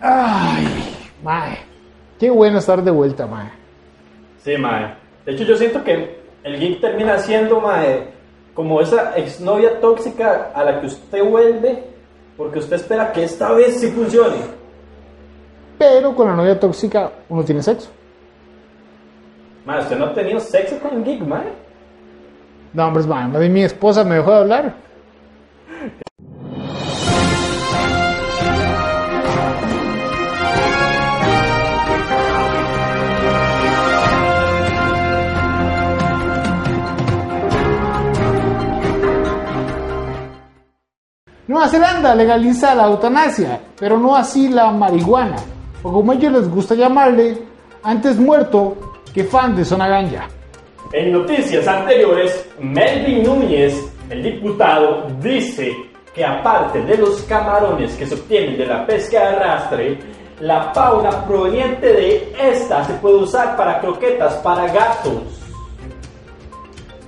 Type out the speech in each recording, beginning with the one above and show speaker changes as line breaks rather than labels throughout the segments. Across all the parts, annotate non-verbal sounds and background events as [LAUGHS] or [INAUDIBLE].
Ay, mae. Qué bueno estar de vuelta, mae.
Sí, mae. De hecho, yo siento que el geek termina siendo, mae, como esa exnovia tóxica a la que usted vuelve porque usted espera que esta vez sí funcione.
Pero con la novia tóxica uno tiene sexo.
Mae, usted no ha tenido sexo con el geek, mae.
No, hombre, mae, más bien mi esposa me dejó de hablar. Nueva Zelanda legaliza la eutanasia, pero no así la marihuana, o como a ellos les gusta llamarle, antes muerto que fan de zona ganja.
En noticias anteriores, Melvin Núñez, el diputado, dice que aparte de los camarones que se obtienen de la pesca de arrastre, la fauna proveniente de esta se puede usar para croquetas para gatos.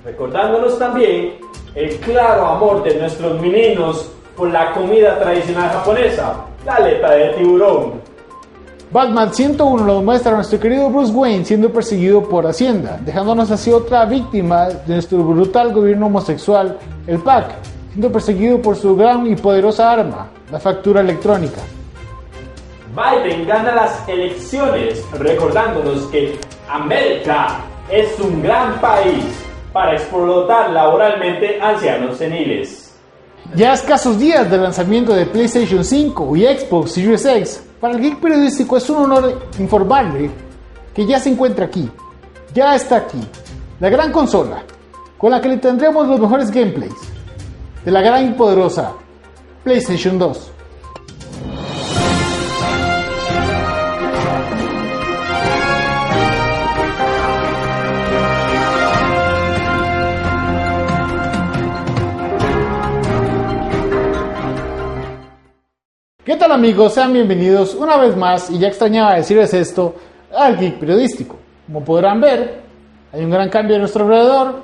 Recordándonos también el claro amor de nuestros meninos por la comida tradicional japonesa, la aleta de tiburón.
Batman 101 lo muestra a nuestro querido Bruce Wayne siendo perseguido por Hacienda, dejándonos así otra víctima de nuestro brutal gobierno homosexual, el PAC, siendo perseguido por su gran y poderosa arma, la factura electrónica.
Biden gana las elecciones, recordándonos que América es un gran país para explotar laboralmente ancianos seniles.
Ya a escasos días del lanzamiento de PlayStation 5 y Xbox Series X, para el geek periodístico es un honor informarle que ya se encuentra aquí, ya está aquí, la gran consola, con la que le tendremos los mejores gameplays de la gran y poderosa PlayStation 2. ¿Qué tal amigos? Sean bienvenidos una vez más, y ya extrañaba decirles esto, al Geek Periodístico. Como podrán ver, hay un gran cambio a nuestro alrededor.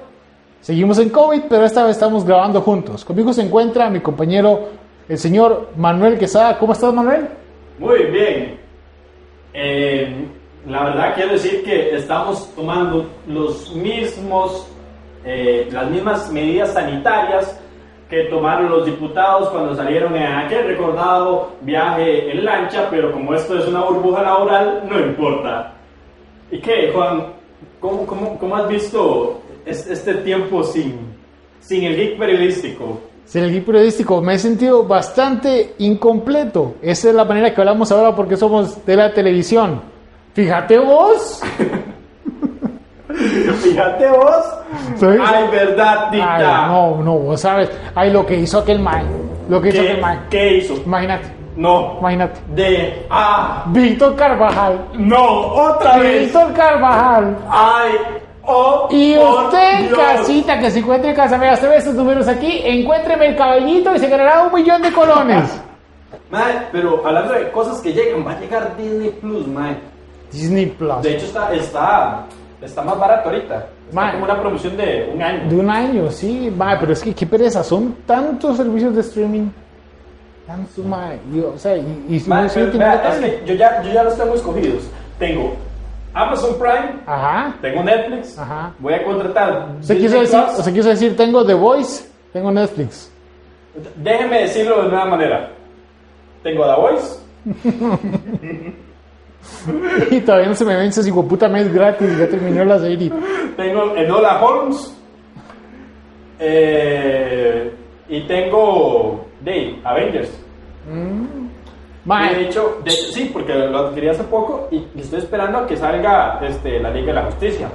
Seguimos en COVID, pero esta vez estamos grabando juntos. Conmigo se encuentra mi compañero, el señor Manuel Quesada. ¿Cómo estás, Manuel?
Muy bien. Eh, la verdad quiero decir que estamos tomando los mismos, eh, las mismas medidas sanitarias que tomaron los diputados cuando salieron en aquel recordado viaje en lancha, pero como esto es una burbuja laboral, no importa. ¿Y qué, Juan? ¿Cómo, cómo, cómo has visto es- este tiempo sin, sin el geek periodístico? [LAUGHS]
Sin el Geek Periodístico me he sentido bastante incompleto. Esa es la manera que hablamos ahora porque somos de la televisión. Fíjate vos.
Fíjate vos.
Sí.
Ay, verdad, Tita.
Ay, no, no, vos sabes. Ay, lo que hizo aquel man. Lo que hizo
¿Qué,
aquel man.
qué hizo?
Imagínate,
No.
imagínate.
De. Ah.
Víctor Carvajal.
No, otra vez.
Víctor Carvajal.
Ay. Oh.
Y
por
usted, en
Dios.
casita, que se encuentre en casa, vea, usted ve estos números aquí, encuéntreme el caballito y se ganará un millón de
[LAUGHS]
colones.
Mae, pero hablando de cosas que llegan, va a llegar Disney Plus, mae.
Disney Plus.
De hecho, está, está, está más barato ahorita. Está
Mae.
como una promoción de un año.
De un año, sí, mae, pero es que qué pereza, son tantos servicios de streaming. Tan su mae, y, o sea, y, y si
Mae,
uno sigue
pero
teniendo
vea, es
cable.
que yo ya, yo ya los tengo escogidos. Tengo Amazon Prime,
Ajá.
tengo Netflix,
Ajá.
voy a contratar.
¿Usted
Disney
quiso, decir,
Plus.
usted quiso decir, tengo The Voice, tengo Netflix. [LAUGHS]
Déjeme decirlo de una manera. Tengo a The Voice,
Y todavía no se me vence, si puta mes gratis, ya terminó la serie.
tengo Enola Holmes eh, y tengo Dave, Avengers. Y de
Mae,
hecho, de- sí, porque lo adquirí hace poco y y estoy esperando a que salga este, la Liga de la Justicia.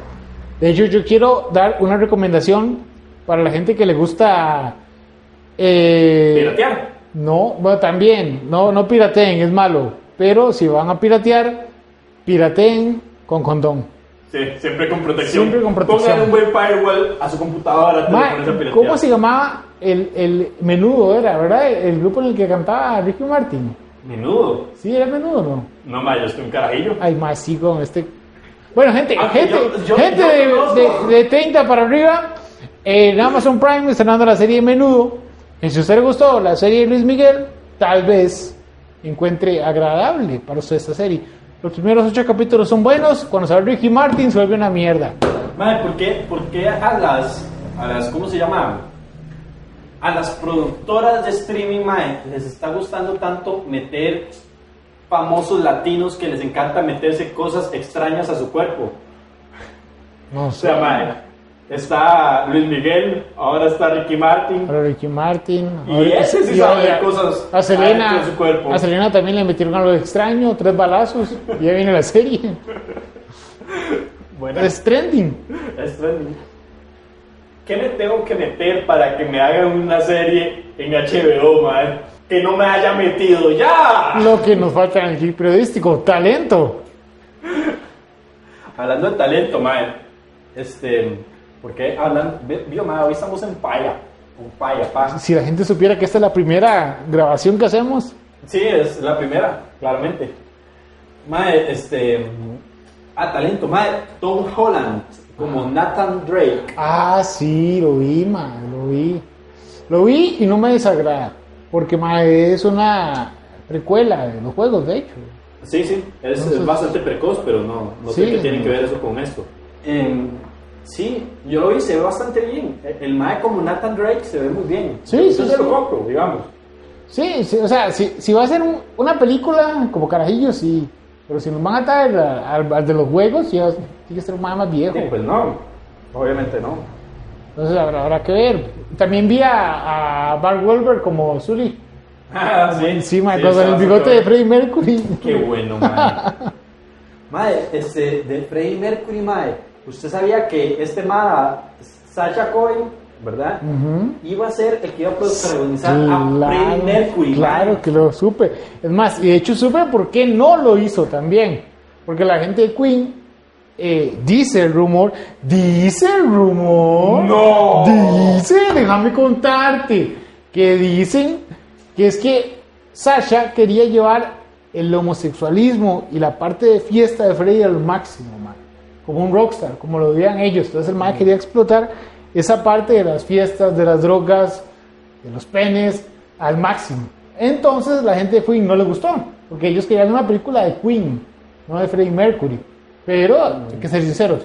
de hecho yo quiero dar una recomendación para la gente que le gusta... Eh,
Piratear.
No, bueno, también, no, no pirateen, es malo. Pero si van a piratear, pirateen con condón.
Sí, siempre con protección.
Siempre con protección.
Pongan un buen firewall a su computadora. antes de
Ma,
ponerse a piratear.
¿Cómo se llamaba el, el menudo? Era, ¿verdad? El grupo en el que cantaba Ricky Martin.
Menudo.
Sí, era menudo, ¿no?
No, ma, yo estoy un carajillo.
Ay, más sí, con este. Bueno, gente,
Ah,
gente,
yo- yo-
gente
yo
de-
conozco.
de, de 30 para arriba, eh, en Amazon Prime estrenando la serie Menudo. Y si a usted le gustó la serie de Luis Miguel, tal vez encuentre agradable para usted esta serie. Los primeros ocho capítulos son buenos, cuando sale Ricky Martin se vuelve una mierda.
Madre, ¿por qué, por qué a las, a las, ¿cómo se llama? A las productoras de streaming, madre, les está gustando tanto meter famosos latinos que les encanta meterse cosas extrañas a su cuerpo.
No
O
sé.
sea, madre, está Luis Miguel, ahora está Ricky Martin.
Ahora Ricky Martin.
Y
ahora-
ese sí
y
sabe
ahora-
de cosas
A Selena,
adentro de su cuerpo.
a Selena también le metieron algo extraño, tres balazos, y ya viene la serie.
Bueno,
Es trending.
esto es- ¿Qué me tengo que meter para que me hagan una serie en HBO, madre? Que no me haya metido ya.
Lo que nos falta en el clip periodístico, talento.
Hablando de talento, mae. Este, ¿por qué hablan? ve- Vio, mae, hoy estamos en paya. Un paya, pa.
Si la gente supiera que esta es la primera grabación que hacemos,
Sí, es la primera, claramente. Mae, este. Ah, talento, mae. Tom Holland, como Nathan Drake.
Ah, sí, lo vi, ma, lo vi. Lo vi y no me desagrada, porque ma, es una precuela de los juegos, de hecho.
Sí, sí, es,
Entonces-
es bastante precoz, pero no, no sé
Sí.
qué tiene que ver eso con esto. Em, sí, yo lo vi, se ve bastante bien. E, El, el mae como Nathan Drake se ve muy bien.
Sí,
Yo
sí,
se
sí.
lo compro, digamos.
Sí, sí, o sea, si, si va a ser un- una película como carajillos, sí. Pero si nos van a atar a- al, al de los juegos, ya tiene que ser un mae más viejo.
Sí, pues no, obviamente no.
Entonces habrá, habrá que ver. También vi a, a Mark Wahlberg como Zully.
Ah, sí,
Encima,
sí,
con
está
el
bastante
bigote de
bueno.
Freddie
[LAUGHS]
Mercury. [LAUGHS]
Qué bueno, [LAUGHS] madre. madre, este, de Freddie Mercury, madre, usted sabía que este madre, Sacha Cohen, ¿verdad?
Ujú.
Iba a ser el que iba a protagonizar a
Claro,
Freddie Mercury.
claro
mae.
que lo supe. Es más, y de hecho supe por qué no lo hizo también. Porque la gente de Queen eh, dice el rumor, dice el rumor.
No.
Dice, déjame contarte, que dicen que es que Sasha quería llevar el homosexualismo y la parte de fiesta de Freddy al máximo, man. Como un rockstar, como lo dirían ellos. Entonces el man quería explotar esa parte de las fiestas, de las drogas, de los penes al máximo. Entonces la gente de Queen no le gustó, porque ellos querían una película de Queen, no de Freddie Mercury. Pero hay que ser sinceros,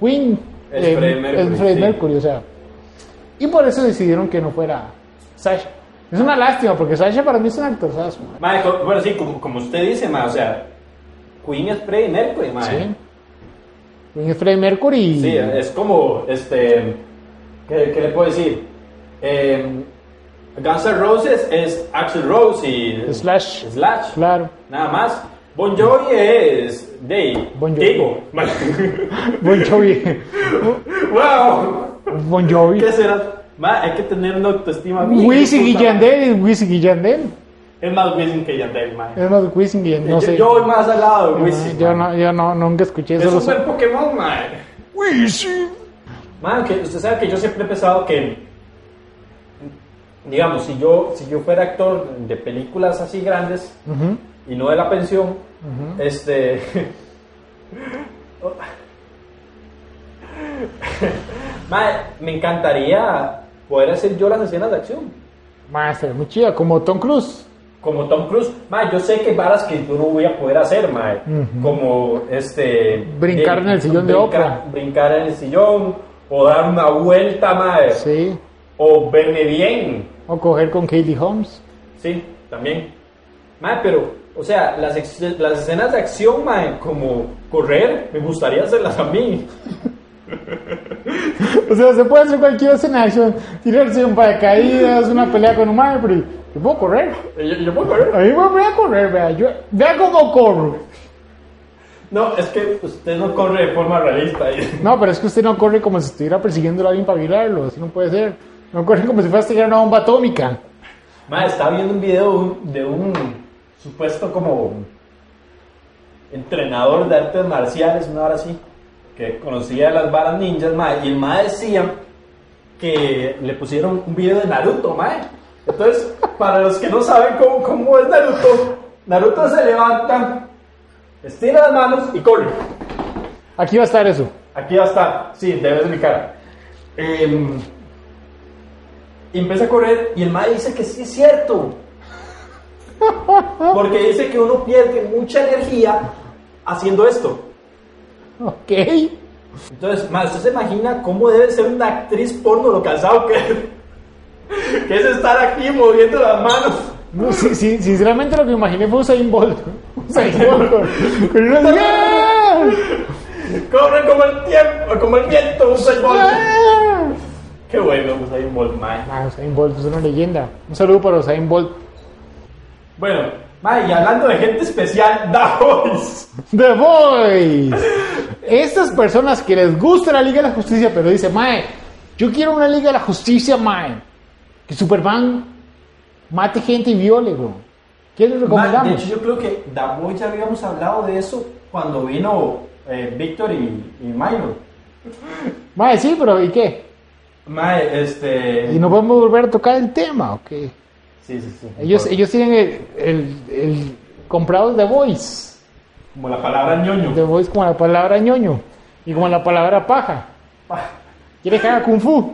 Queen
Mm. Es Freddie Mercury,
es Freddie
sí.
Mercury, o sea. Y por eso decidieron que no fuera Sasha. Es una lástima, porque Sasha para mí es un actor, ¿sabes?
Mae, co- bueno, sí, como, como usted dice, mae, o sea, Queen es Freddie Mercury, mae.
Sí. Queen es Freddie Mercury. y-
Sí, eh, es como, este, ¿qué, qué le puedo decir? Eh, Guns N' Roses es Axl Rose y
Slash.
Slash.
Claro.
Nada más. Bon Jovi es Dave.
Bon Jovi.
Diego.
Bon Jovi.
[LAUGHS] wow.
Bon Jovi.
¿Qué será? Ma, hay que tener una autoestima bien.
Wisin y
puta.
Yandel, Wisin y Yandel.
Es más Wisin que Yandel, ma.
Es más, Wisin y Yandel, no
yo,
sé. Ah,
yo voy más al lado de Wisin.
yo
ma.
no, yo no, nunca escuché
Es
eso.
un buen Pokémon, ma.
Wisin.
Ma, que usted sabe que yo siempre he pensado que, digamos, si yo, si yo fuera actor de películas así grandes
Ujú.
y no de la pensión, este... [LAUGHS] Ma, me encantaría poder hacer yo las escenas de acción.
Más, se ve muy chida, como Tom Cruise.
Como Tom Cruise, ma, yo sé que hay varas que yo no voy a poder hacer, ma,
Ujú.
como este
Brincar en el sillón de
brincar-
Oprah.
brincar en el sillón o dar una vuelta, ma,
Sí.
o verme bien,
O coger con Katie Holmes.
sí, también. Ma, pero, o sea, las, ex- las escenas de acción, ma, como correr, me gustaría hacerlas a mí.
O sea, se puede hacer cualquier escena de acción. Tirarse un paracaídas, una pelea con un madre, pero yo puedo correr.
Yo, yo puedo correr.
A mí me voy a correr, vea. Yo, vea cómo corro.
No, es que usted no corre de forma realista.
No, pero es que usted no corre como si estuviera persiguiendo a alguien para violarlo. Así no puede ser. No corre como si fuera a tirar una bomba atómica.
Ma, estaba viendo un video de un supuesto como entrenador de artes marciales, una hora así, que conocía las varas ninjas, ma, y el ma decía que le pusieron un video de Naruto, ma. Entonces, para los que no saben cómo, cómo es Naruto, Naruto se levanta, estira las manos y corre.
Aquí va a estar eso.
Aquí va a estar, sí, debes mi cara. Em, y empieza a correr y el ma dice que sí es cierto. Porque dice que uno pierde mucha energía haciendo esto.
Ok.
Entonces, más usted se imagina cómo debe ser una actriz porno lo cansado que es. Que es estar aquí moviendo las manos.
No, sí, sí, sinceramente lo que imaginé fue Usain Bolt. [LAUGHS] Usain Bolt con, con unos- ¡Ah!
Corre como el tiempo, como el viento, Usain Bolt.
¡Ah!
Qué bueno, pues Usain Bolt, mae.
Ah, Usain Bolt es una leyenda. Un saludo para Usain Bolt.
Bueno, mae, y hablando de gente especial, [LAUGHS] Da Voice.
The Boys. Estas personas que les gusta la Liga de la Justicia, pero dicen, Mae, yo quiero una Liga de la Justicia, Mae. Que Superman mate gente y viole, bro. ¿Qué les
Mae, de
recomendamos?
hecho, yo creo que Da Voice ya habíamos hablado de eso cuando vino eh, Víctor y, y Milo.
Mae, sí, pero ¿y qué?
Mae, este.
Y no podemos volver a tocar el tema, ¿ok?
Sí, sí, sí.
Ellos,
Por-
ellos tienen el, el, el comprado The Voice.
Como la palabra ñoño.
The Voice como la palabra ñoño y como la palabra paja.
Ah,
¿Quieres que haga kung fu?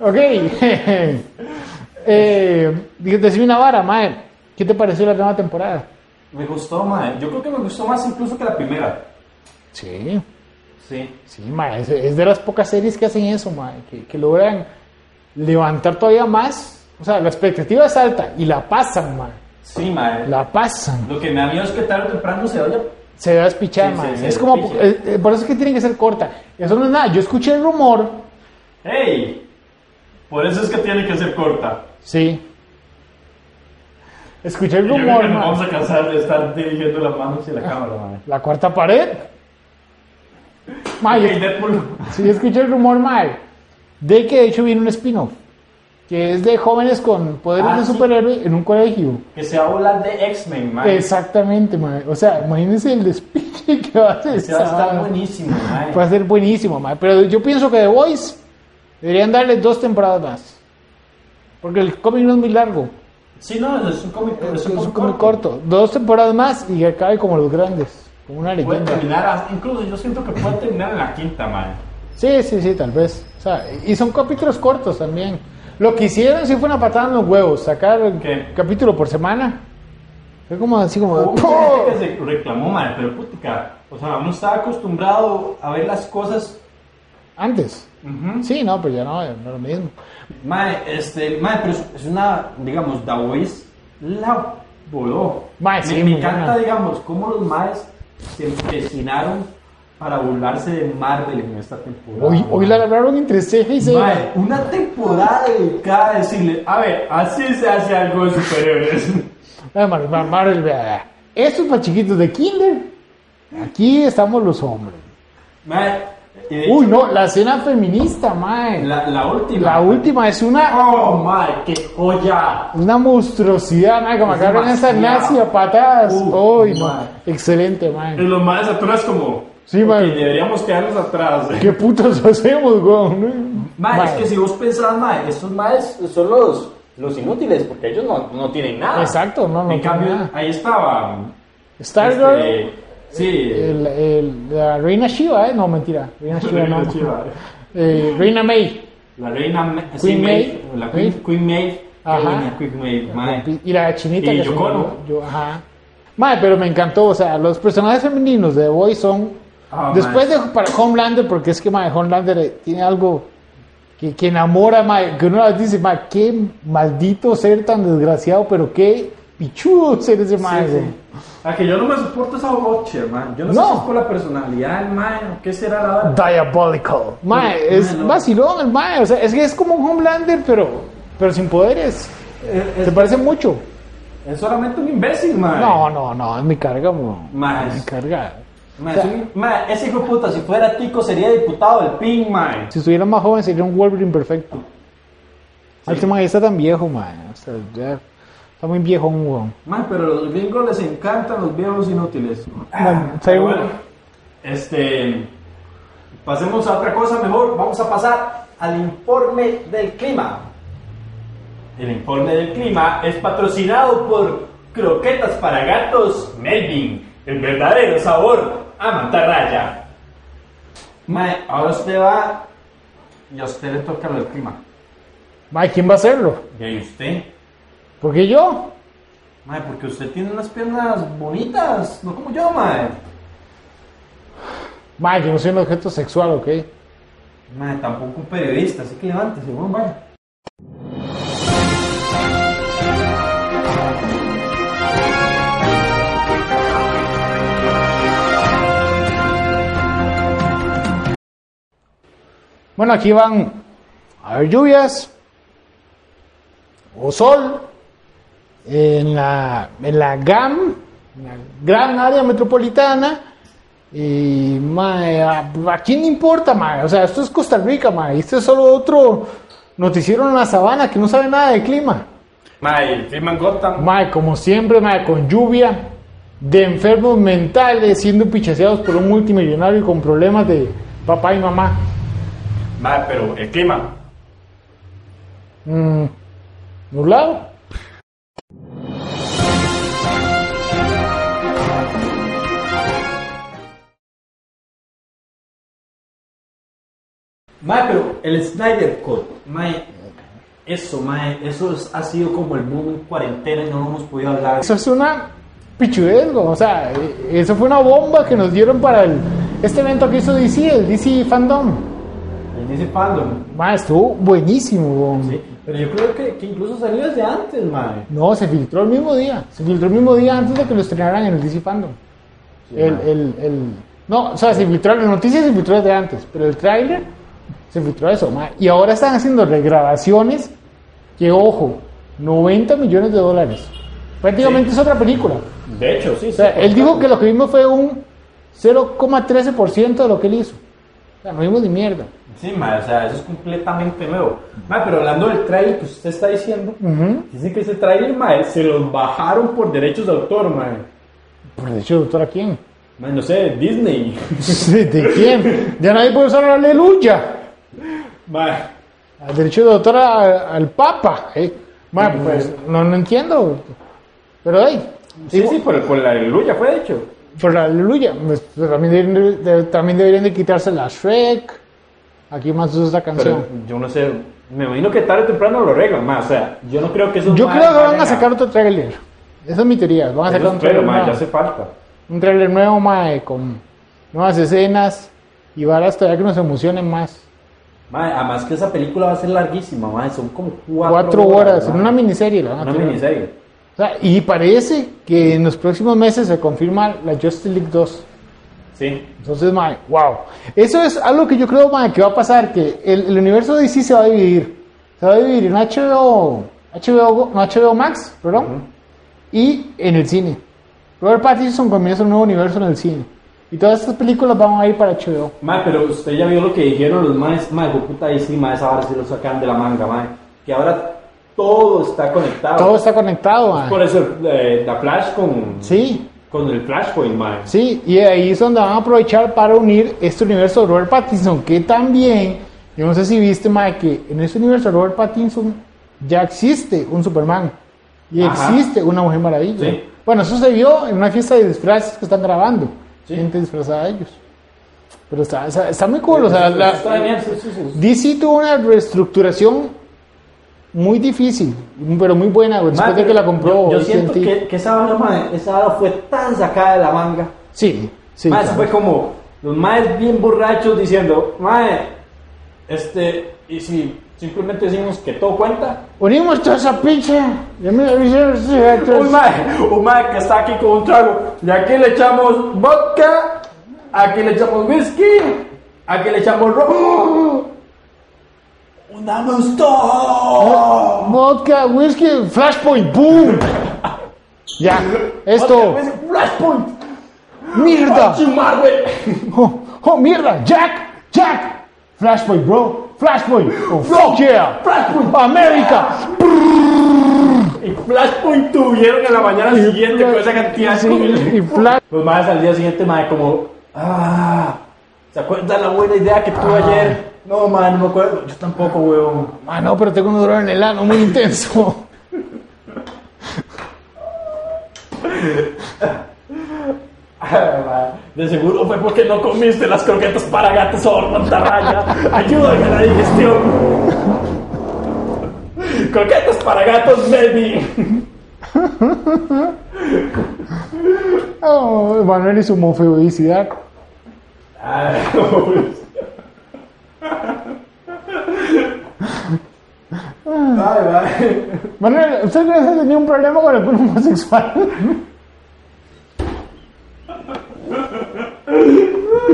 Ok. [LAUGHS] eh, digo, decime una vara, mae. ¿Qué te pareció la nueva temporada?
Me gustó, mae. Yo creo que me gustó más incluso que la primera.
Sí,
Sí.
sí, mae. Es, es de las pocas series que hacen eso, mae. Que, que logran levantar todavía más. O sea, la expectativa es alta y la pasan, mae.
Sí, mae.
La pasan.
Lo que me da miedo es que tarde o temprano se vaya.
Se da espichar,
Sí,
mae.
se- se
es como.
despicha.
eh, eh, por eso es que tiene que ser corta. Eso no es nada. Yo escuché el rumor.
¡Hey! Por eso es que tiene que ser corta.
Sí. Escuché el
Yo creo
rumor,
que nos
mae.
vamos a cansar de estar dirigiendo las manos y la cámara, mae.
La cuarta pared.
Ay,
Mae,
Deadpool.
sí escuché el rumor mal de que de hecho viene un spin-off que es de jóvenes con poderes
Ah,
de
sí.
superhéroe en un colegio.
Que se va a volar de X-Men, mae.
Exactamente, mae. O sea, imagínense el despiche [LAUGHS] que va a hacer.
Se va a
esa
estar
vara.
buenísimo, mae.
Va a ser buenísimo, mae. Pero yo pienso que The Voice deberían darle dos temporadas más. Porque el cómic no es muy largo.
Sí, no, es un cómic,
Es un cómic corto. Dos temporadas más y acabe como los grandes. Como una
Puede
leyenda.
terminar, hasta- incluso yo siento que puede terminar en la quinta, mae.
Sí, sí, sí, tal vez. O sea, y son capítulos cortos también. Lo que hicieron sí fue una patada en los huevos, sacar un
¿Qué?
capítulo por semana. Fue como así como...
Hubo mucha
¡pum!
gente que se reclamó, madre, pero putica, o sea, uno estaba acostumbrado a ver las cosas.
Antes.
Ujú.
Sí, no, pero ya no, ya no es lo mismo.
Madre, este, madre, pero es- es una, digamos, The Voice la voló.
Madre,
me,
sí,
me
muy
encanta,
buena.
digamos, cómo los maes se empecinaron para burlarse de Marvel en esta temporada.
Hoy, hoy la
madre.
agarraron entre ceja y ceja.
Madre, una temporada dedicada a decirle, a ver, así se hace algo de superhéroes.
Ah, Mar- Mar- Marvel, vea. Esto es para chiquitos de kinder. Aquí estamos los hombres.
Madre, y de
Uy,
hecho,
no, la escena feminista, mae. La,
la, la última.
última es una,
¡Oh, madre, qué joya!
una monstruosidad, mae, como
Es
agarran esa
demasiado.
nazi a patadas.
Uh,
Uy, mae.
mae.
Excelente, mae.
Y los más atrás como...
Sí,
"Ok,
mae.
deberíamos quedarnos atrás.
¿Qué putos [LAUGHS] hacemos, weón?
Mae, es
Mae.
que si vos pensás, mae, estos maes son los, los inútiles, porque ellos no, no tienen nada.
Exacto, no, no
En
tienen
cambio,
nada.
ahí estaba...
Star-Girl,
este, sí.
el- el- la reina Shiva, ¿eh? No, mentira.
[LAUGHS]
Reina
la
Shiva,
reina
no.
Chiva.
Eh, reina May.
La reina... Ma- sí,
Queen
Maeve,
Maeve.
La Queen, Queen Maeve.
Ajá.
La reina Queen Maeve, mae.
Y la chinita
Y
que se
Yoko Ono.
murió. Yo, ajá. Madre, pero me encantó. O sea, los personajes femeninos de The Boy son.
Ah,
después de para Homelander, porque es que madre, Homelander eh, tiene algo que, que enamora, madre, que uno las dice, madre, qué maldito ser tan desgraciado, pero qué pichudo ser ese madre.
Sí,
güey.
sí. A que yo no me soporto esa boche, man. Yo no,
No.
sé si es por la personalidad del mae o qué será la verdad.
Diabolical. Mae,
Pero,
es
mae, no.
vacilón el mae. O sea, es que es como un Homelander, pero, pero sin poderes.
Es,
Se parece mucho.
es solamente un imbécil, man.
No, no, no, es mi carga, mo.
Mae,
Mi
es-
carga.
Ma,
O sea-
soy- ma, ese hijo de puta, si fuera tico sería diputado del PIN, ma.
Si estuviera más joven sería un Wolverine perfecto. Este mae está tan viejo, mae. O sea, ya está muy viejo un weón.
Ma, pero a los gringos les encantan los viejos inútiles.
Bueno,
Ah,
seguro.
pero este. Pasemos a otra cosa mejor. Vamos a pasar al informe del clima. El informe del clima es patrocinado por Croquetas para Gatos Melvin, el verdadero sabor a mantarraya. Ma, ahora usted va y a usted le toca lo del clima.
Mae, ¿quién va a hacerlo?
¿Y ahí usted?
Porque yo.
Mae, porque usted tiene unas piernas bonitas, no como yo, mae.
Mae, yo no soy un objeto sexual, ¿ok?
Mae, tampoco un periodista, así que levántese, weón, vaya.
Bueno, aquí van a haber lluvias o sol en la, en la GAM, en la gran área metropolitana. Y mae, a, a quién le importa, mae? O sea, esto es Costa Rica, mae. Este es solo otro noticiero en la sabana que no sabe nada de clima.
Mae, el clima en Gotham.
Mae, como siempre, mae, con lluvia, de enfermos mentales siendo pichaseados por un multimillonario con problemas de papá y mamá.
Mae, pero el clima.
Mm, nublado.
Mae, pero el Snyder Code. Mae, eso, mae, eso es- ha sido como el mundo en cuarentena y no lo hemos podido hablar.
Eso es una pichudez, güey. o sea, eh, eso fue una bomba que nos dieron para el, este evento que hizo DC, el DC Fandom.
El dice fandom.
Mae, estuvo buenísimo. güey.
Sí, pero yo creo que, que incluso salió desde antes, mae.
No, se filtró el mismo día. Se filtró el mismo día antes de que lo estrenaran en el DC Fandom. el,
mae.
el, el- no, o sea, se filtró, la noticia se filtró desde antes, pero el tráiler se filtró eso, mae. Y ahora están haciendo regrabaciones que, ojo, 90 millones de dólares. Prácticamente es otra película.
De hecho, sí.
O sea, él dijo que lo que vimos fue un 0,13% de lo que él hizo. O sea, no vimos ni mierda.
Sí, mae, o sea, eso es completamente nuevo. Mae, pero hablando del trailer que usted está diciendo,
Ujú.
dicen que ese trailer, mae, se los bajaron por derechos de autor, mae.
Por derecho de autor, ¿a [LAUGHS] quién?
Mae, no sé, Disney. [LAUGHS]
¿De quién? Ya nadie puede usar la aleluya.
Mae,
Al derecho de autor a- al Papa. ¿eh? Ma,
Sí,
pues,
pues.
no, no entiendo. Pero, hey,
sí, sí, por, por la aleluya fue de hecho.
por la aleluya, pues, también, deberían de, también deberían de quitarse la Shrek. Aquí más usa esta canción.
Pero yo no sé, me imagino que tarde o temprano lo arreglan, mae, o sea, yo no creo que eso
Yo creo que van a sacar otro tráiler. Esa es mi teoría. Van a sacar un
Pero,
tráiler.
mae,
nuevo.
ya hace falta.
un trailer nuevo, mae, con nuevas escenas y varas todavía que nos emocionen más.
Mae, además que esa película va a ser larguísima, mae, son como cuatro,
Cuatro horas, en
mae.
una Ah, miniserie la van a
Una
tirar.
miniserie.
O sea, y parece que en los próximos meses se confirma la Justice League 2.
Sí.
Entonces, mae, wow. Eso es algo que yo creo, mae, que va a pasar, que el, el universo de DC se va a dividir. Se va a dividir en HBO, HBO, no, HBO Max, perdón, y en el cine. Robert Pattinson comienza un nuevo universo en el cine. Y todas estas películas van a ir para HBO.
Mae, pero usted ya vio lo que dijeron los maes, mae, hijo de puta, ahí sí, mae, esa vara sí lo sacan de la manga, mae. Que ahora todo está conectado.
Todo está conectado, mae.
Por eso eh, la Flash con,
Sí,
con el Flashpoint, mae.
sí, y ahí es donde van a aprovechar para unir este universo de Robert Pattinson, que también, yo no sé si viste, Mike, que en este universo de Robert Pattinson ya existe un Superman y
Ajá.
existe una Mujer Maravilla.
Sí.
Bueno, eso se vio en una fiesta de disfraces que están grabando,
Sí.
gente disfrazada de ellos. Pero está, está, está muy cool, o sea,
Eso
la-
está bien, sí, sí, sí.
DC tuvo una reestructuración muy difícil, pero muy buena, güey, después
Mae,
de que la compró.
yo, yo siento
AT&T.
que, que esa vara, mae, esa vara fue tan sacada de la manga.
Sí, sí.
Mae, eso
claro.
fue como los maes bien borrachos diciendo, mae, este, y si simplemente decimos que todo cuenta,
Unimos toda esa pinche. Ya me avisaron estos
Un
eventos.
mae, un mae que está aquí con un trago. Y aquí le echamos vodka, aquí le echamos whisky, aquí le echamos ¡Oh! ron. ¡Unamos todo!
Vodka, whisky, flashpoint, boom. Ya, esto.
Vodka, pues, whisky, ¡Flashpoint!
Mierda.
¡Chumar, güey!
Oh, oh, mierda. Jack, Jack. Flashpoint, bro. Flashpoint. Oh, fuck yeah.
Flashpoint.
América.
Y Flashpoint tuvieron en la mañana siguiente con esa cantidad
Sí,
de
y flash.
Los maes Pues al día siguiente, mae, como. ¡Ah! ¿Se acuerdan la buena idea que tuve
Ah.
ayer? No, mae, no me acuerdo. Yo tampoco, huevón. [LAUGHS]
Ah, no, pero tengo un dolor en el ano muy [LAUGHS] intenso.
Ah, De seguro fue porque no comiste las croquetas para gatos sabor mantarraya. Ayúdame a la digestión. Croquetas para gatos, baby.
Oh, Manuel y su mofeoicidad.
Ay, pobrecito.
Ah.
Ay, madre.
Manuel, ¿usted cree que tenía un problema con el homosexual?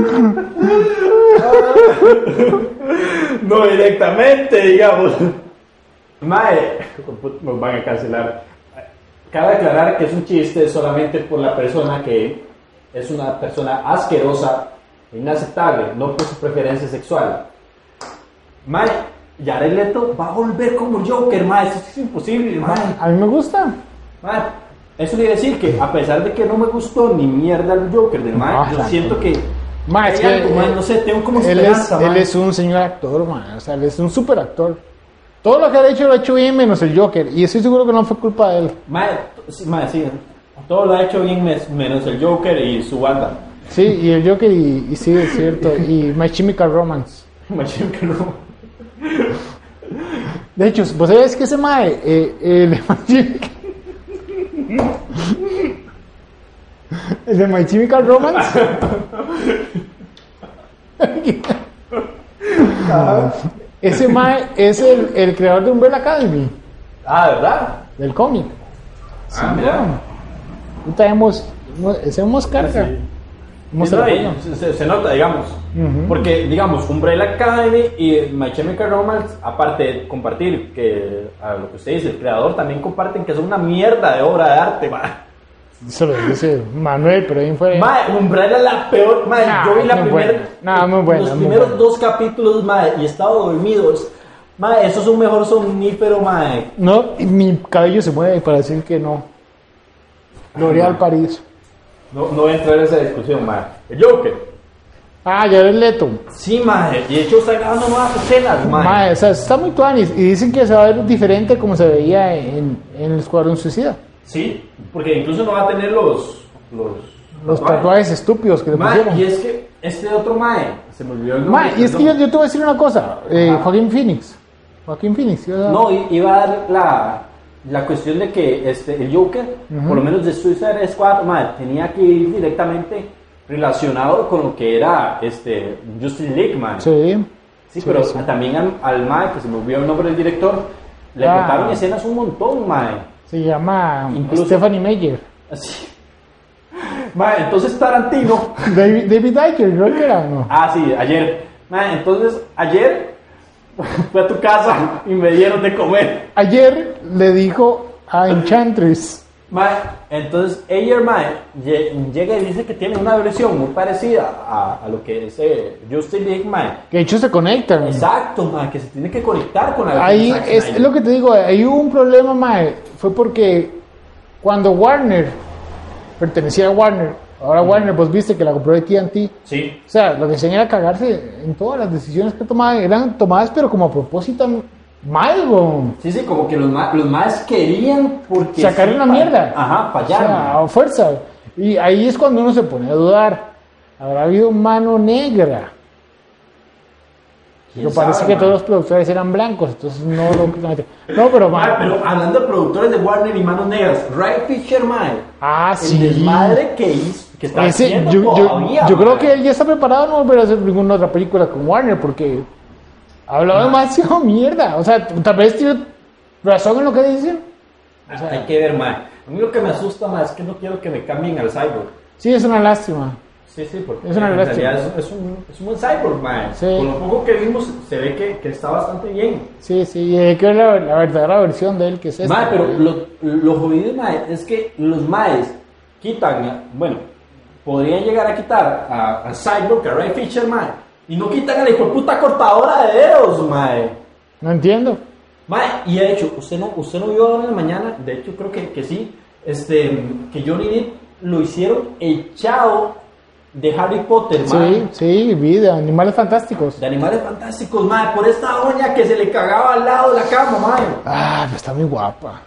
[LAUGHS]
No directamente, digamos. Mae, nos van a cancelar. Cabe aclarar que es un chiste solamente por la persona que es una persona asquerosa, inaceptable, no por su preferencia sexual. Mae, Jared Leto va a volver como Joker, mae, eso es imposible, mae.
A mí me gusta.
Mae, eso quiere decir que a pesar de que no me gustó ni mierda el Joker del mae,
No,
yo
la-
siento que
Ah, Mae, es
hay
que-
algo, mae, no sé, tengo como
Él es,
esperanza,
él
mae.
es un señor actor, man. O sea, él es un super actor. Todo lo que ha hecho lo ha hecho bien menos el Joker. Y estoy seguro que no fue culpa de él.
Mae, t- sí, mae, sí, todo lo ha hecho bien mes- menos el Joker y su banda. [LAUGHS]
Sí, y el Joker, y, y sí, es cierto. Y My Chemical Romance.
Imagino que no.
De hecho, ¿vos sabés que ese mae? Eh, el de My Chemical... [LAUGHS] El de My Chemical Romance. [LAUGHS] ese mae es el, el creador de Umbrella Academy,
Ah, ¿verdad?
del cómic.
ah,
Bueno, puta, hemos, hemos, hacemos carga.
Sí.
Hemos
Sí, no, y
trabajado.
se, se- se nota, digamos.
Ujú.
Porque, digamos, Umbrella Academy y My Chemical Romance, aparte de compartir que a lo que usted dice, el creador, también comparten que es una mierda de obra de arte, ma.
Eso lo dice Manuel, pero ahí fue.
Ma, Umbrella es la peor, ma.
Nah,
yo vi la
muy
primera.
buena. Nah, muy buena,
Los
muy
primeros
buena.
dos capítulos, ma, y he estado dormidos. Ma, eso es un mejor somnífero, ma.
No, y mi cabello se mueve para decir que no. L'Oreal París.
No, no voy a entrar en esa discusión, ma. El Joker.
Ah, ya ves Leto.
Sí, ma. Y de hecho está grabando nuevas escenas, ma.
Mae, o sea, está muy tuanis. Y dicen que se va a ver diferente como se veía en, en el Escuadrón Suicida.
Sí, porque incluso no va a tener los. Los,
Los tatuajes estúpidos que le
Mae,
pusieron.
y es que este otro Mae, se me olvidó el nombre.
Mae, y es que yo,
perdón.
yo te voy a decir una cosa. Eh,
Ajá.
Joaquín Phoenix. Joaquín Phoenix. ¿sí?
No, i- iba a dar la, la cuestión de que este, el Joker, por lo menos de Suicide Squad, Mae, tenía que ir directamente relacionado con lo que era este, Justin League, Mae. Sí,
Sí. sí,
pero
sí.
también al, al Mae, que se me olvidó el nombre del director, le
Ah.
cortaron escenas un montón, Mae.
Se llama
Incluso-
Stephanie Meyer.
Así. [LAUGHS] Mae, entonces Tarantino.
David, David Ayer, creo que era, ¿no?
Ah, sí, ayer. Ma, entonces, ayer [LAUGHS] fui a tu casa y me dieron de comer.
Ayer le dijo a Enchantress.
Ma, entonces, ayer, ma, lle- llega y dice que tiene una versión muy parecida a, a lo que es eh, Justin League, ma.
Que de hecho se conectan.
Exacto, ma, que se tiene que conectar con la versión
Ahí
de Zack
es,
Snyder.
es lo que te digo, ahí hubo un problema, Mae. Fue porque cuando Warner pertenecía a Warner, ahora Warner, pues viste que la compró de TNT.
Sí,
O sea, lo que se era cagarse en todas las decisiones que tomaban, eran tomadas, pero como a propósito mal, weón.
sí, sí, como que los, ma- los más querían porque...
Sacar
sí,
una
pa-
mierda.
Ajá,
O sea,
fallar, ma.
a fuerza. Y ahí es cuando uno se pone a dudar. ¿Habrá habido mano negra?
¿Quién
Pero parece
sabe,
que
ma?
todos los productores eran blancos, entonces no lo... No, pero...
Ma,
ma-
Ah, pero hablando de productores de Warner y Manos Negras, Ray Fisher, ma,
Ah,
el
sí.
desmadre que hizo, que está
Ese-
haciendo
yo, yo-
todavía,
yo creo
madre.
que él ya está preparado a no volver a hacer ninguna otra película con Warner porque ha
Ah.
hablado demasiado mierda. O sea, tal vez tiene razón en lo que dicen.
O sea, hay que ver, más A mí lo que me asusta más es que no quiero que me cambien al cyborg.
Sí, es una lástima.
Sí, sí, porque
Es una
en
lástima.
realidad es, es un, es un buen cyborg, man.
Sí.
Con lo poco que vimos, se ve que, que está bastante bien.
Sí, sí, y hay que ver la, la verdadera versión de él que es esta.
Mae, pero lo, lo jodido, mae, es que los maes quitan, bueno, podrían llegar a quitar a, a Cyborg, a Ray Fisher, mae, y no quitan a la hijo de puta cortadora de dedos, mae.
No entiendo.
Mae, y de hecho, usted no, usted no vio ahora en la mañana, de hecho creo que, que sí, este, que Johnny Depp lo hicieron echado de Harry Potter, mae.
Sí, sí, vida, animales fantásticos.
De animales fantásticos, mae, por esta doña que se le cagaba al lado de la cama, mae.
Ah, pero está muy guapa.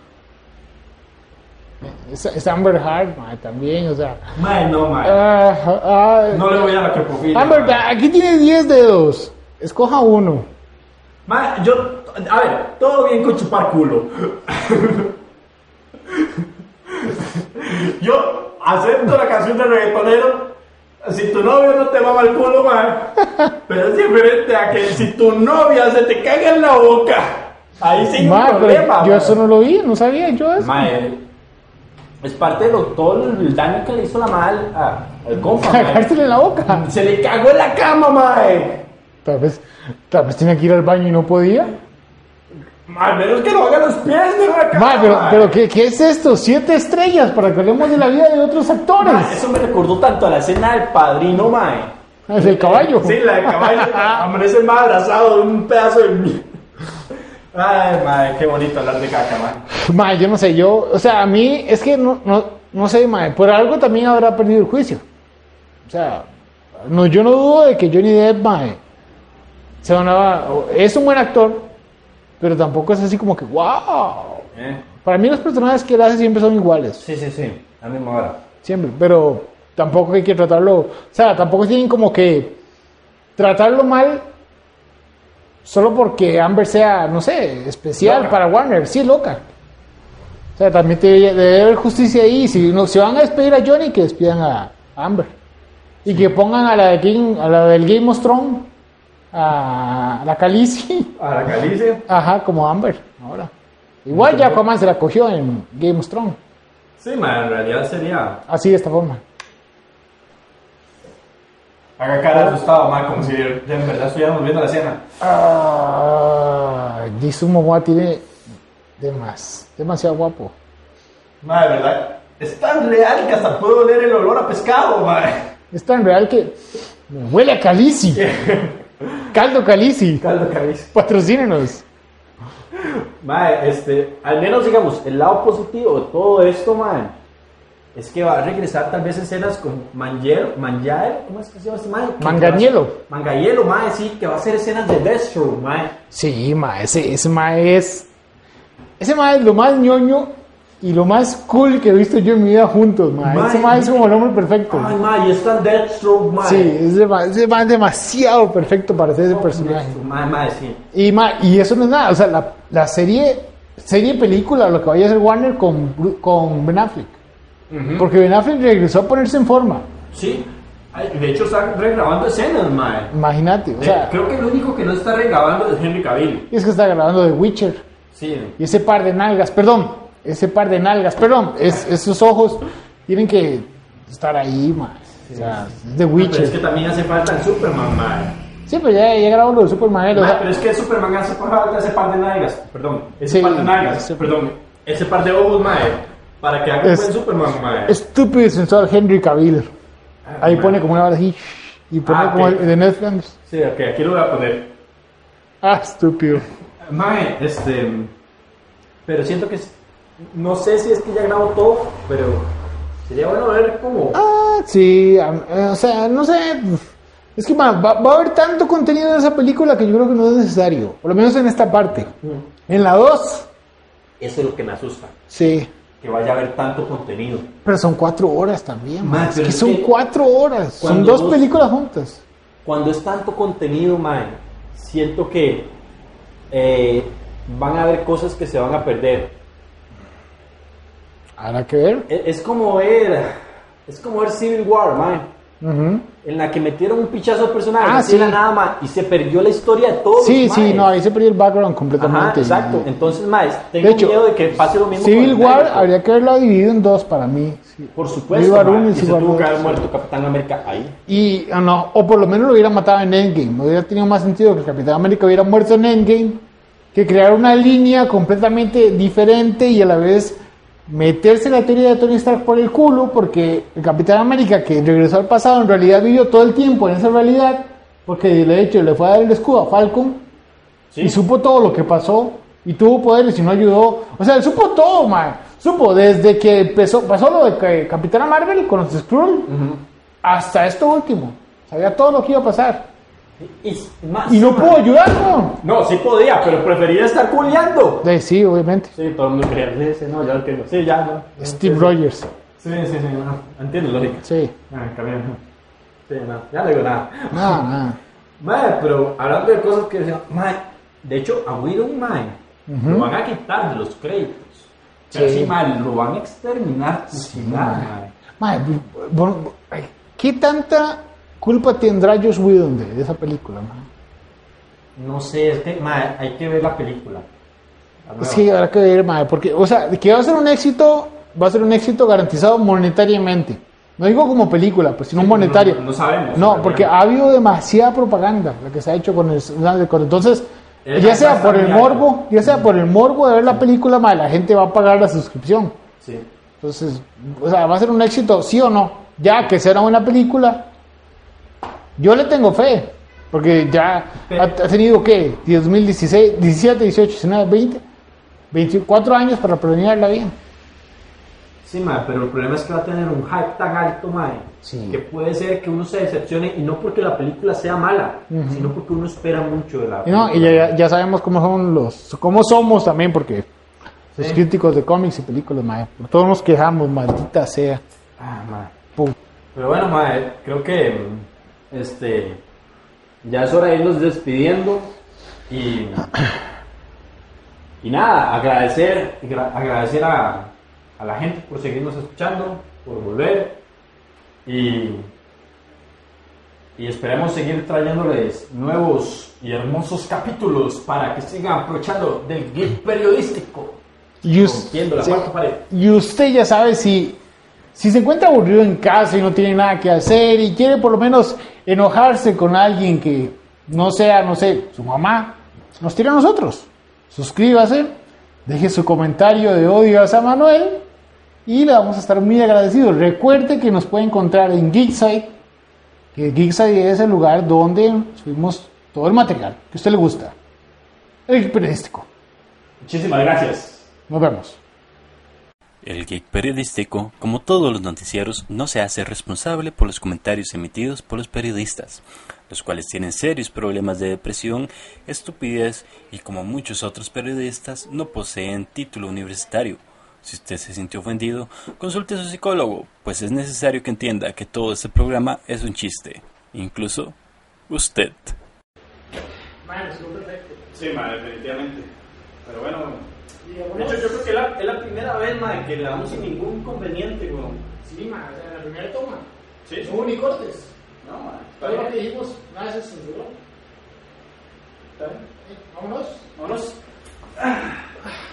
Es, es Amber Heard, ma, también, o sea.
Mae, no, mae.
Ah, ah,
No le voy a la cropofilia.
Amber,
mae.
aquí tiene 10 dedos. Escoja uno.
Mae, yo, a ver, todo bien con chupar culo. Yo acepto la canción del reggaetonero. Si tu novio no te va el culo, ma, pero es diferente a que si tu novia se te caga en la boca, ahí sí hay
Ma,
un
pero
problema.
yo
ma.
eso no lo vi, no sabía yo eso.
Ma, eh, es parte de lo, todo el daño que le hizo la mal al
[LAUGHS]
compa. ma.
Cagársele en la boca.
Se le cagó en la cama, eh. mae.
Tal vez, tal vez tenía que ir al baño y no podía.
Al menos que lo haga a los pies de la cama.
Ma, pero,
mae.
pero ¿qué, qué es esto? Siete estrellas para que hablemos de la vida de otros actores.
Mae, Eso me recordó tanto a la escena del padrino, mae.
Es el caballo.
Sí, la de caballo.
[LAUGHS]
Amanece más abrazado de un pedazo de. mie- Ay, mae, qué bonito hablar de caca, mae.
Ma, Pues, yo no sé, yo, o sea, a mí es que no, no, no sé, ma, por algo también habrá perdido el juicio. O sea, no, yo no dudo de que Johnny Depp, ma, se ganaba- es un buen actor, pero tampoco es así como que, wow.
Eh,
Para mí los personajes que él hace siempre son iguales,
Sí, sí, sí. A mí me ahora.
siempre, pero tampoco hay que tratarlo, o sea, tampoco tienen como que tratarlo mal solo porque Amber sea, no sé, especial
Loca.
para Warner, sí, loca. O sea, también te- debe haber justicia ahí, si, no, si van a despedir a Johnny, que despidan a Amber. Y que pongan a la, de Game- a la del Game of Thrones, a la Khaleesi, [LAUGHS]
A la calice.
ajá, como Amber, ahora. Igual ya Aquaman se la cogió en Game of Thrones.
Sí, mae, en realidad sería.
Así de esta forma.
Haga cara asustado, mae, como si de en verdad estuviéramos viendo la escena.
Ah, Jason Momoa tiene de más, demasiado guapo.
Mae, ¿verdad? Es tan real que hasta puedo oler el olor a pescado, mae.
Es tan real que me huele a
[LAUGHS]
Calici. Caldo Calici.
Caldo cabeza.
Patrocínenos.
Mae, este, al menos digamos, el lado positivo de todo esto, mae, es que va a regresar tal vez escenas con Mangiel, Mangiel, ¿cómo es que se llama este mae? Que
Manganiello.
va a ser- Manganiello, mae, sí, que va a ser escenas de Deathstroke, mae.
Sí, ma, ese, ese ma es. Ese ma es lo más ñoño y lo más cool que he visto yo en mi vida juntos, ma.
Ma,
Ese ma es como el hombre perfecto.
Ay, mae, y es tan Deathstroke, mae.
Sí, ese ma, ese ma es demasiado perfecto para ser ese personaje.
Deathstroke, Mae, mae, sí.
Y, ma, y eso no es nada, o sea, la, la serie, serie película, lo que vaya a hacer Warner con, Bru- con Ben Affleck. Porque Ben Affleck regresó a ponerse en forma,
Sí. Ay, de hecho están regrabando escenas, mae.
imagínate, o
De-
sea,
creo que el único que no está regrabando es Henry Cavill.
y es que está grabando The Witcher,
Sí.
y ese par de nalgas, perdón, ese par de nalgas, perdón, es- esos ojos tienen que estar ahí, ma, o sea, The
Pero es que
Witcher.
también hace falta el Superman, mae.
Sí, pero ya, ya grabó lo de Superman, o
Ma,
sea,
pero es que Superman hace falta ese par de nalgas, perdón, ese
Sí,
par de nalgas,
sí.
perdón, ese par de ojos, mae, para que haga un
Es-
buen Superman, mae.
estúpido y sensual Henry Cavill, ahí pone como una barra así, y pone
Ah,
como
ok.
el de Netflix,
Sí, ok, aquí lo voy a poner.
ah, estúpido.
Mae, este, pero siento que, es- no sé si es que ya grabó todo, pero sería bueno ver cómo...
Ah, sí, am- eh, o sea, no sé. Es que ma, va, va a haber tanto contenido en esa película que yo creo que no es necesario. Por lo menos en esta parte. En la 2,
Eso es lo que me asusta,
sí.
que vaya a haber tanto contenido.
Pero son cuatro horas también. ma,
Ma,
es
pero
que
es
son
que-
cuatro horas. Son
Cuando
dos
vos-
películas juntas.
Cuando es tanto contenido, mae, siento que eh, van a haber cosas que se van a perder.
Habrá que ver.
E- Es como ver. Es como ver Civil War, man.
Ujú.
En la que metieron un pichazo al personaje,
Ah,
así
sí.
de la nada más, y se perdió la historia de todos.
Sí,
Oh, mae.
sí, no, ahí se perdió el background completamente.
Ajá, exacto. Entonces, más, tengo
De hecho,
miedo de que pase lo mismo.
Civil
con el
War
Hulk.
habría que haberlo dividido en dos para mí. sí.
Por
Civil
supuesto,
War
mae,
uno y
y se
Civil War
tuvo que
dos.
haber muerto Capitán América ahí.
Y, ah, no, o por lo menos lo hubiera matado en Endgame. Hubiera tenido más sentido que el Capitán América hubiera muerto en Endgame que crear una línea completamente diferente y a la vez meterse la teoría de Tony Stark por el culo, porque el Capitán América que regresó al pasado en realidad vivió todo el tiempo en esa realidad, porque de hecho le fue a dar el escudo a Falcon y supo todo lo que pasó y tuvo poderes y no ayudó. O sea, él supo todo, man. Supo desde que empezó, pasó lo de que Capitana Marvel con los Skrull hasta esto último. Sabía todo lo que iba a pasar.
Y, y más,
Y no
mae.
pudo ayudar, ¿no?
No, sí podía, pero prefería estar culeando.
De- sí, obviamente.
Sí, todo el mundo creía. Sí, sí, no, ya lo entiendo. Sí, ya, no.
Steve
Sí,
Rogers.
Sí, sí, sí, no, entiendo lógica.
Sí.
Ah, cabrón. Sí, no, ya no digo nada.
Nada, nada.
Mae, pero hablando de cosas que decían, mae, de hecho, a Widow, mae, lo van a quitar de los créditos. Pero
Sí.
sí, madre, lo van a exterminar. sin nada, madre.
Mae, bu- bu- ay, ¿Qué tanta culpa tendrá Josh Whedon de, de esa película? mae?
No sé, es que madre, hay que ver la película. La
Es
nueva.
que habrá que ver, mae, porque, o sea, que va a ser un éxito, va a ser un éxito garantizado monetariamente. No digo como película, pues, sino monetario.
No, no sabemos.
No, porque ha habido demasiada propaganda la que se ha hecho con el con- Entonces,
Eh,
ya sea
basta
por el
mirar.
morbo, ya sea por el morbo de ver la película, mae, la gente va a pagar la suscripción.
Sí.
Entonces, o sea, va a ser un éxito, sí o no. Ya que será una película, yo le tengo fe. Porque ya
Pero-
ha, ha tenido, ¿qué? 2016, 17, 18, 19, 20, 24 años para planearla bien.
Sí, madre, pero el problema es que va a tener un hype tan alto, madre,
Sí.
que puede ser que uno se decepcione, y no porque la película sea mala, sino porque uno espera mucho de la
Y, no, y
película.
ya, ya sabemos cómo son los, cómo somos también, porque los
Sí.
críticos de cómics y películas, mae, todos nos quejamos, maldita sea.
Ah, madre.
Pu-
Pero bueno, madre, creo que mm, este ya es hora de irnos despidiendo y y nada, agradecer gra- agradecer a, a la gente por seguirnos escuchando, por volver y y esperemos seguir trayéndoles nuevos y hermosos capítulos para que sigan aprovechando del geek periodístico.
Y, us-
Rompiendo la
sí.
cuarta pared.
Y usted ya sabe si, si se encuentra aburrido en casa y no tiene nada que hacer y quiere por lo menos enojarse con alguien que no sea, no sé, su mamá, nos tira a nosotros. Suscríbase, deje su comentario de odio a San Manuel y le vamos a estar muy agradecidos. Recuerde que nos puede encontrar en Geekside, que Geekside es el lugar donde subimos todo el material que a usted le gusta. El periodístico.
Muchísimas gracias.
Nos vemos.
El Geek Periodístico, como todos los noticieros, no se hace responsable por los comentarios emitidos por los periodistas, los cuales tienen serios problemas de depresión, estupidez y, como muchos otros periodistas, no poseen título universitario. Si usted se sintió ofendido, consulte a su psicólogo, pues es necesario que entienda que todo este programa es un chiste, incluso usted.
Sí, madre, definitivamente. Pero bueno, de hecho, yo creo que es la, es la primera vez, madre, que le damos sin ningún inconveniente, weón.
Sí, ma, o sea, la primera toma.
Sí,
No hubo ni cortes.
No, madre, está
Todo lo
bien,
que dijimos, nada se censuró.
está bien.
Eh, Vámonos.
Vámonos.